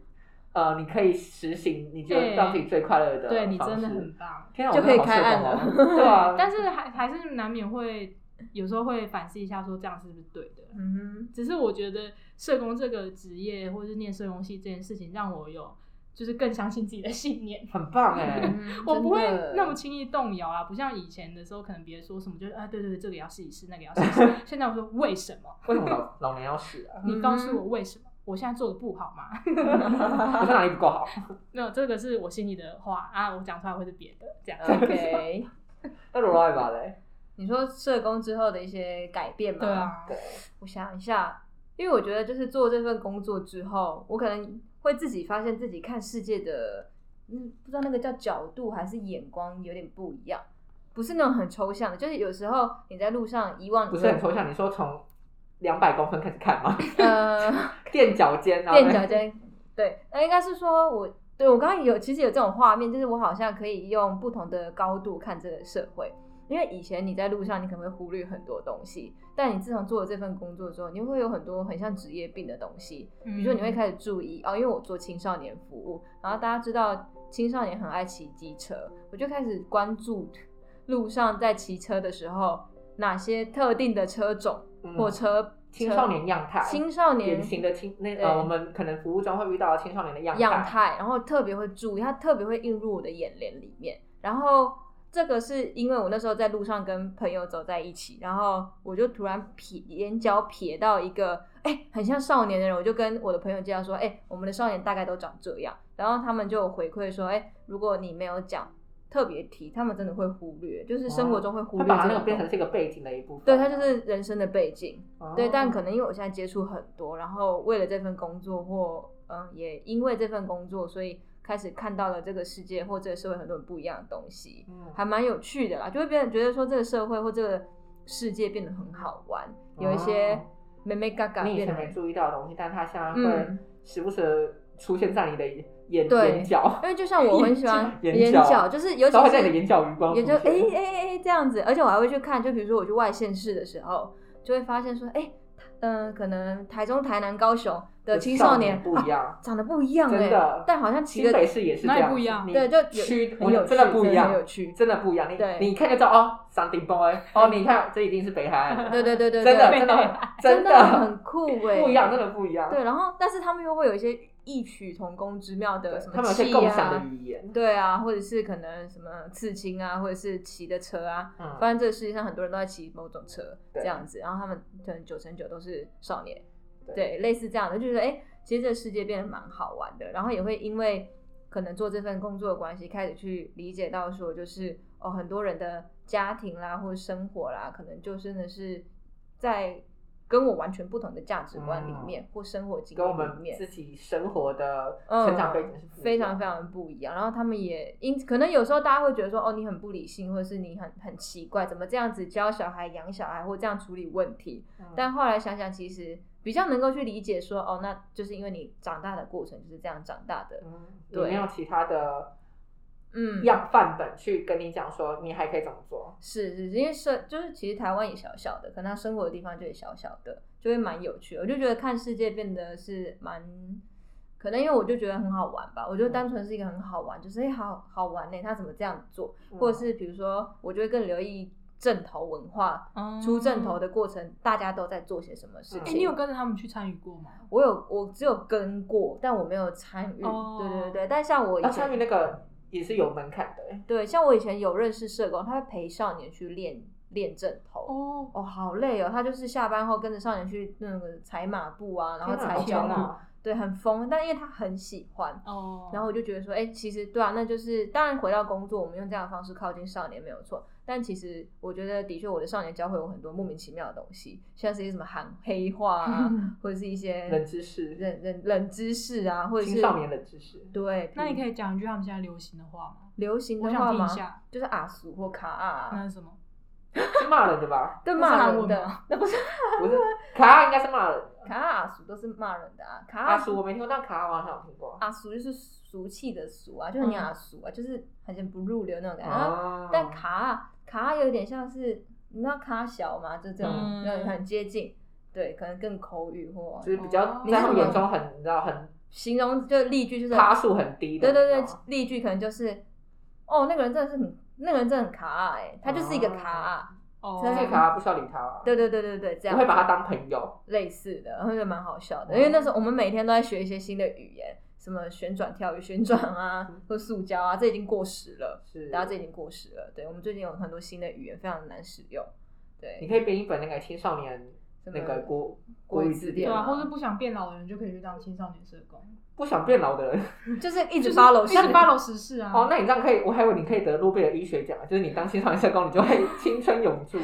A: 呃，你可以实行，你觉得
C: 对
A: 让自己最快乐的
C: 对你
A: 方
C: 真的
A: 式
C: 很棒。
A: 天啊，
B: 就
A: 我真的
B: 可以开
A: 好社
B: 案
A: 恐哦对 啊，
C: 但是还还是难免会有时候会反思一下，说这样是不是对的？
B: 嗯
C: 只是我觉得社工这个职业，或是念社工系这件事情，让我有就是更相信自己的 信念。
A: 很棒
B: 哼，
A: 哎。
B: 嗯
C: 我不会那么。
B: 真的
C: 轻易动摇啊，不像以前的时候，可能别人说什么就是啊，对对对，这个也要试一试，那个也要试一 试。现在我说为什么？
A: 为什么老老娘要死啊？
C: 你告
B: 嗯
C: 诉我为什么？我现在做的不好吗？
A: 我在哪里不够好？
C: 没有，这个是我心里的话啊，我讲出来会是别的这样。
B: OK，
A: 那罗拉吧嘞？
B: 你说社工之后的一些改变吗？
C: 对，啊，
A: 对，
B: 我想一下，因为我觉得就是做这份工作之后，我可能会自己发现自己看世界的，嗯，不知道那个叫角度还是眼光有点不一样，不是那种很抽象的，就是有时候你在路上遗忘
A: 不是很抽象。你说从两百公分开始看吗？
B: 呃，
A: 垫脚尖啊，
B: 垫脚尖，对，那应该是说我对我刚刚有其实有这种画面，就是我好像可以用不同的高度看这个社会。因为以前你在路上，你可能会忽略很多东西，但你自从做了这份工作之后，你会有很多很像职业病的东西，
A: 嗯
B: 比如
C: 比
B: 说你会开始注意哦，因为我做青少年服务，然后大家知道青少年很爱骑机车，我就开始关注路上在骑车的时候哪些特定的车种
A: 嗯
B: 或车
A: 青少年样态，
B: 青少年
A: 典型的青那
B: 对
A: 呃，我们可能服务中会遇到的青少年的样
B: 样态，然后特别会注意，它特别会映入我的眼帘里面。然后这个是因为我那时候在路上跟朋友走在一起，然后我就突然瞥眼角瞥到一个哎、很像少年的人，我就跟我的朋友介绍说，哎、我们的少年大概都长这样。然后他们就有回馈说，哎、如果你没有讲特别提，他们真的会忽略，就是生活中会忽
A: 哦他把
B: 略
A: 它
B: 这
A: 那个
B: 种
A: 变
B: 东
A: 成
B: 西。
A: 是一个背景的一部分。
B: 对，它就是人生的背景。
A: 哦
B: 对，但可能因为我现在接触很多，然后为了这份工作或嗯，也因为这份工作，所以开始看到了这个世界或这个社会很多不一样的东西，
A: 嗯
B: 还蛮有趣的啦，就会变得觉得说这个社会或这个世界变得很好玩，有一些
A: 哦
B: 妹妹嘎嘎
A: 你以
B: 变得
A: 前没
B: 很
A: 注意到的东西，但它现在会
B: 嗯
A: 时不时地出现在你的眼
B: 对
A: 眼角，
B: 因为就像我很喜欢
A: 眼
B: 眼
A: 角
B: 角，就是尤其
A: 稍微
B: 是
A: 在你的眼角余光出
B: 也
A: 现，
B: 就哎哎哎这样子，而且我还会去看，就比如说我去外县市的时候，就会发现说，哎、嗯、可能台中、台南、高雄的青少年
A: 不一
B: 啊、
A: 样，
B: 长得不一样哎、
A: 真的
B: 但好像骑
A: 新
B: 的
A: 北市也是
C: 哪
A: 这
C: 里
A: 样，
C: 不一样
A: 你
B: 对就有
A: 区
B: 很有趣，
A: 真的不一样
B: 很，有趣，
A: 真的不一样。
B: 对
A: 你你一看就知道哦，山顶崩 哎，哦，你看这一定是北海岸，
B: 对对对对
A: 真的
B: 对，
A: 真的很
B: 真的
A: 的
B: 很酷哎、
A: 不一样，真的不一样。
B: 对，然后但是他们又会有一些异曲同工之妙的
A: 对
B: 什么
A: 他们有些
B: 气
A: 共享的
B: 啊。
A: 语言，
B: 对啊，或者是可能什么刺青啊，或者是骑的车啊，
A: 嗯，
B: 发现这个世界上很多人都在骑某种车
A: 对
B: 这样子，然后他们可能九成九都是少年，
A: 对
B: 类似这样的，就觉得哎、诶其实这个世界变得蛮好玩的，然后也会因为可能做这份工作的关系，开始去理解到说，就是哦，很多人的家庭啦，或者生活啦，可能就真的是在跟我完全不同的价值观里面，或生活经
A: 嗯跟我
B: 历里
A: 们
B: 面，
A: 自己生活的
B: 嗯
A: 成长背景是不一样
B: 非常非常不一样。然后他们也因可能有时候大家会觉得说，哦，你很不理性，或者是你很很奇怪，怎么这样子教小孩、养小孩，或这样处理问题？
A: 嗯
B: 但后来想想，其实比较能够去理解说，哦，那就是因为你长大的过程就是这样长大的。
A: 嗯你
B: 对
A: 没有其他的
B: 嗯，
A: 样范本去跟你讲说你还可以怎么做，
B: 是是是，因为生就是其实台湾也小小的，可能他生活的地方就也小小的，就会蛮有趣的。我就觉得看世界变得是蛮，可能因为我就觉得很好玩吧，我就单纯是一个很好玩，就是哎、好好玩呢、他怎么这样做，
A: 嗯
B: 或者是比如说我就会更留意正头文化，
C: 嗯
B: 出正头的过程大家都在做些什么
A: 嗯
B: 事
C: 哎、
B: 情。
C: 你有跟着他们去参与过吗？
B: 我有我只有跟过，但我没有参与。
C: 哦
B: 对对对对，但像我以
A: 要
B: 前
A: 参与那个也是有门槛的欸，
B: 对像我以前有认识社工，他会陪少年去练练正头。
C: 哦，
B: 哦，好累哦！他就是下班后跟着少年去那个踩马步啊，然后
A: 天哪
B: 踩
A: 好
B: 脚
A: 强
B: 步，
A: 啊！
B: 对，很疯。但因为他很喜欢，
C: 哦，
B: 然后我就觉得说，哎、其实对啊，那就是当然回到工作，我们用这样的方式靠近少年没有错。但其实我觉得，的确我的少年教会我很多莫名其妙的东西，像是一些什么喊黑话 啊，或者是一些
A: 冷知识，
B: 冷冷冷知识啊，或者是
A: 青少年冷知识，
B: 对，
C: 那你可
B: 以
C: 以讲一句他们现在流行的话吗？
B: 嗯流行
C: 我
B: 的
C: 想
B: 话
C: 听
B: 吗
C: 一？下，
B: 就是阿俗或卡
C: 那
B: 啊，
C: 是什么？
A: 是骂人的吧？
B: 对
C: 那是
B: 骂
C: 韩
B: 人
C: 文
B: 的
C: 吗，
B: 那不是
A: 不 是，卡拉应该是骂人的。
B: 卡啊阿俗都是骂人的啊，卡啊
A: 阿叔我没听过，但卡拉我好像有听过。
B: 啊俗就是俗气的俗啊，就很
C: 嗯
B: 雅俗啊，就是很不入流那种感觉。然后
A: 哦
B: 啊但卡卡有点像是你知道卡小嘛，就这种、
C: 嗯
B: 就很接近，对，可能更口语或
A: 就是比较
C: 哦
A: 在他们眼中很，你知道很
B: 形容就例句就是
A: 趴数很低的
B: 对
A: 那种，
B: 对对，例句可能就是哦，那个人真的是很，那个人真的很卡啊哎、他就是一个卡啊，
C: 哦，
B: 真
A: 这
B: 的
A: 个卡拉不需要理他啊，
B: 对对对对对，这
A: 我
B: 样
A: 会把他当朋友。
B: 类似的，然后就蛮好笑的，
A: 嗯
B: 因为那时候我们每天都在学一些新的语言，什么旋转跳跃、旋转啊
A: 嗯，
B: 或塑胶啊，这已经过时了。
A: 是，
B: 大家这已经过时了。对我们最近有很多新的语言，非常难使用。对，
A: 你可以编一本那个青少年
B: 什么
A: 那个国
B: 国
A: 国
B: 语
A: 语
B: 字
A: 字
B: 典
A: 典
C: 对啊，
B: 吗
C: 或是不想变老的人就可以去当青少年社工，
A: 不想变老的人。
B: 嗯就是一
C: 就
B: 直
C: 是
B: follow
C: 一直
B: 时
C: follow 时事啊。
A: 哦，那你这样可以，我还以为你可以得诺贝尔医学奖，就是你当青少年社工，你就会 青春永驻，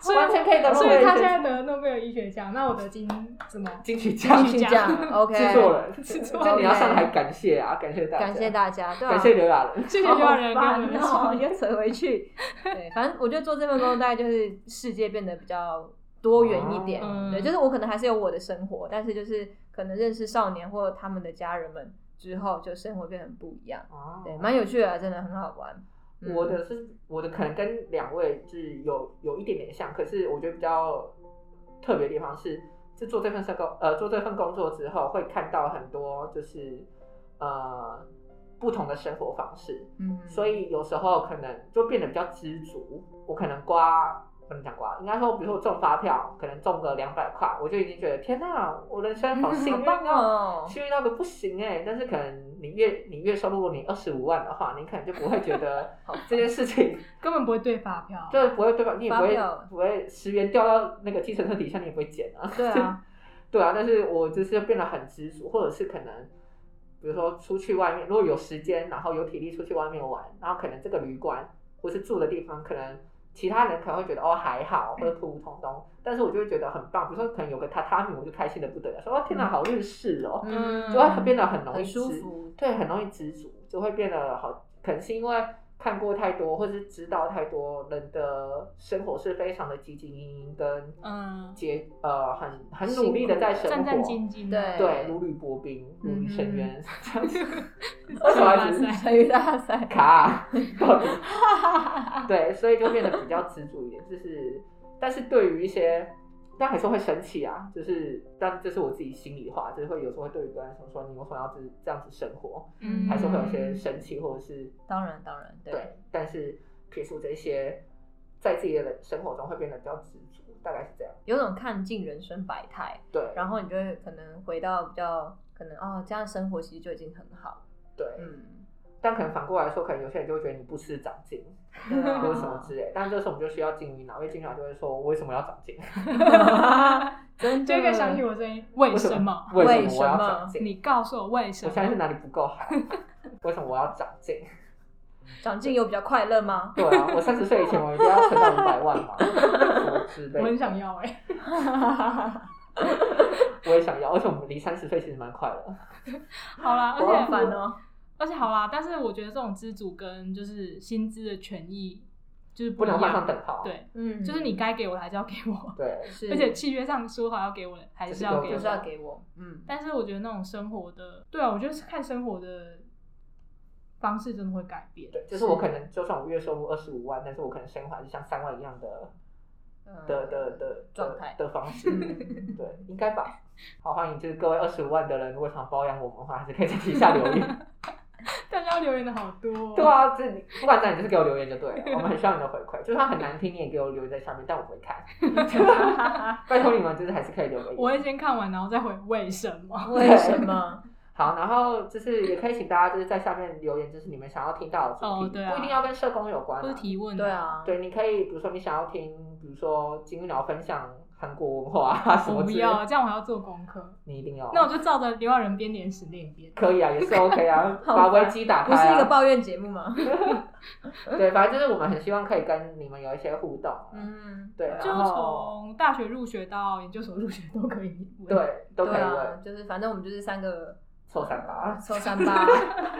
C: 所以
A: 完全可以得诺
C: 所
A: 贝尔
C: 以他
A: 医
C: 现
A: 学
C: 在得诺贝尔医学奖，那我得金什么？
A: 金曲奖。
C: 金曲
A: 制
B: 去
C: 奖
B: 这样 OK，
A: 作人，
C: 制作 人
A: 就你要上台感谢啊，感谢大家，
B: 感谢大家，对啊，
A: 感谢刘亚仁。
C: 谢谢
B: 好
C: 刘亚仁给我
B: 烦
C: 们的
B: 哦，
C: 建议
B: 又扯回去。对，反正我觉得做这份工作，大概就是世界变得比较多元一点。
C: 嗯
B: 对，就是我可能还是有我的生活，但是就是可能认识少年或他们的家人们之后，就生活变得很不一样。
A: 哦
B: 对，蛮有趣的啊、真的很好玩。嗯
A: 我的是我的可能跟两位是有有一点点像，可是我觉得比较特别的地方是，是做这份社工呃做这份工作之后，会看到很多就是呃不同的生活方式，
B: 嗯，
A: 所以有时候可能就变得比较知足。我可能刮不能讲刮，应该说比如说我中发票，可能中个两百块，我就已经觉得天哪，我人生好幸
B: 好
A: 运
B: 棒
A: 哦。
B: 哦！
A: 幸运到个不行哎、但是可能你月你月收入，如果你二十五万的话，你可能就不会觉得
B: 好
A: 这件事情
C: 根本不会对发票，
A: 就不会对吧？你也不会
B: 发票
A: 不会十元掉到那个计程车底下，你也不会捡啊。
B: 对啊，
A: 对啊，但是我就是变得很知足，或者是可能，比如说出去外面，如果有时间，然后有体力出去外面玩，然后可能这个旅馆或是住的地方，可能其他人可能会觉得哦还好，或者普普通通，但是我就会觉得很棒。比如说可能有个榻榻米，我就开心的不得了，说哦天哪，好日式哦，
B: 嗯
A: 就会变得很容易
B: 很舒
A: 知
B: 服。
A: 对，很容易知足，就会变得好，可能是因为看过太多，或是知道太多人的生活是非常的汲汲营营跟
C: 嗯，
A: 结呃很很努力的在生活，
C: 战战兢啊兢的，
A: 对，如履薄冰，如履深渊， 这样子
C: 哇
A: 为什么要一直
C: 塞，
B: 成语大赛，
A: 卡，到底对，所以就变得比较执着一点，就是，但是对于一些，但还是会生气啊，就是，但这是我自己心里话，就是会有时候会对于别人说说你为什么要这这样子生活，
C: 嗯
A: 还是会有一些生气或者是
B: 当然当然，对，
A: 对，但是撇除这些，在自己的人生活中会变得比较执着，大概是这样，
B: 有种看尽人生百态，
A: 对，
B: 然后你就会可能回到比较可能哦，这样生活其实就已经很好，
A: 对，
B: 嗯，
A: 但可能反过来说，可能有些人就会觉得你不思长 进，
B: 对啊
A: 或者什么之类，但这时候我们就需要金鱼脑，因为金鱼脑就会说我为什么要长进？
B: 真
C: 就
B: 的
C: 一个想起我声音，为什么？
A: 为
B: 为
A: 什
B: 什
A: 么我要
B: 么
A: 长进？
C: 你告诉我为什
A: 我现在是
C: 么？
A: 哪里不 够好？为什么我要长进？
B: 长进有比较快乐吗？
A: 对啊，我三十岁以前我一定要存到五百万吧，什么之类
C: 我很
A: 的。
C: 想要哎，
A: 我也想要，而且我们离三十岁其实蛮快的。
C: 好 啦，而
B: 我好
C: 且
B: 烦哦，
C: 而且好啦，但是我觉得这种知足跟就是薪资的权益就是
A: 不
C: 一
A: 能
C: 样
A: 画上等号
C: 对，
B: 嗯，
C: 就是你该给我的还是要给我，
A: 对，
B: 是，
C: 而且契约上说好要给我的还是要给
B: 就
C: 我
B: 是。要给我，嗯，
C: 但是我觉得那种生活的，对啊，我觉得是看生活的方式真的会改变。
A: 对，就是我可能就算我月收入二十五万，但是我可能生活还是像三万一样的
B: 嗯
A: 的的的的
B: 状态
A: 的方 式。
B: 嗯
A: 对，应该吧。好，欢迎就是各位二十五万的人，如果想包养我们的话，还是可以在底下留言。
C: 大家留言的好多、哦，
A: 对，啊，这你不管怎样，你就是给我留言就对了，我们很需要你的回馈。就算很难听，你也给我留言在下面，但我不会看。 拜托你们，就是还是可以留个言。
C: 我会先看完，然后再回为什么。
B: 为什 么？
A: 好，然后就是也可以请大家就是在下面留言，就是你们想要听到的主题，
C: 哦对啊
A: 不一定要跟社工有关、
C: 不是
A: 啊。
C: 提问、
B: 对，啊，
A: 对，你可以比如说你想要听，比如说金鱼鸟分享韩国文化啊什
C: 我
A: 么
C: 不
A: 之类
C: 要，
A: 的，
C: 这样我要做功课。
A: 你一定要。
C: 那我就照着刘亚仁编年史念一遍。
A: 可以啊，也是 OK 啊，
B: 好
A: 把
B: 烦
A: 危机打
B: 不是
A: 开
B: 一个
A: 啊。
B: 抱怨节目吗？
A: 对，反正就是我们很希望可以跟你们有一些互动啊、
B: 嗯，
A: 对
C: 就
A: 然后
C: 从大学入学到研究所入学都可以问。
A: 对，都可
B: 对
A: 以
B: 啊
A: 问，，
B: 就是反正我们就是三个
A: 凑三八啊，
B: 抽 三八，
C: 啊
A: 自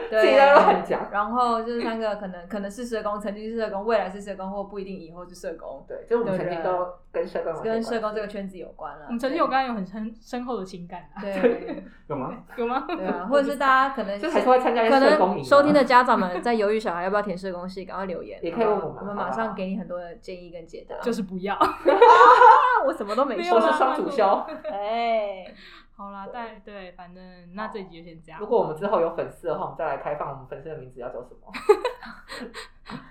A: 己
B: 对，
A: 在乱讲。
B: 然后就是三个可能可能是社工，曾经是社工，未来是社工，或不一定以后是社工，
A: 对，就是我们曾经
B: 对
A: 都跟社工有些
B: 跟社
A: 关
B: 工
A: 系
B: 这个圈子有关了。
C: 我们嗯曾经有跟他有很深深厚的情感啊，
B: 对对
A: 有吗？
C: 有吗？
B: 对啊，或者是大家可能
A: 就还是会参加一些
B: 可
A: 社工营
B: 能
A: 啊。
B: 收听的家长们在犹豫小孩要不要填社工系，赶快留言，
A: 也可以问我们
B: 好不好
A: 好
B: 我们
A: 不好
B: 马上给你很多的建议跟解答。
C: 就是不要。
B: 啊，我什么都没
C: 没有
A: 或
B: 说
C: 啊，
A: 是双主修。
B: 哎，
C: 好啦，但对，反正那这一集就先这样
A: 如。果我们之后有粉丝的话，我们再来开放我们粉丝的名字要叫什么？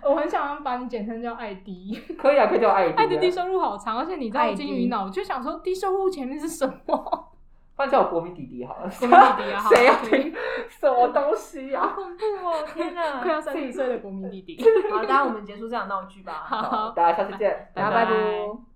C: 我很想把你简称叫艾迪，
A: 可以啊，可以叫艾迪
C: 艾迪低
A: 啊，
C: 收入好长，而且你知道
B: 艾迪
C: 金鱼脑，我就想说低收入前面是什么？
A: 不然叫我国民弟弟好了。
C: 国民弟弟啊，好
A: 谁要
C: 可以
A: 听 什么东西
B: 好
A: 啊？
B: 恐怖哦！天哪！
C: 快要三十岁的国民弟弟。
B: 好，大家我们结束这场闹剧吧。
C: 好
A: 好，大家下次见，
B: 大家
C: 拜
B: 拜哦
C: 拜
B: 拜。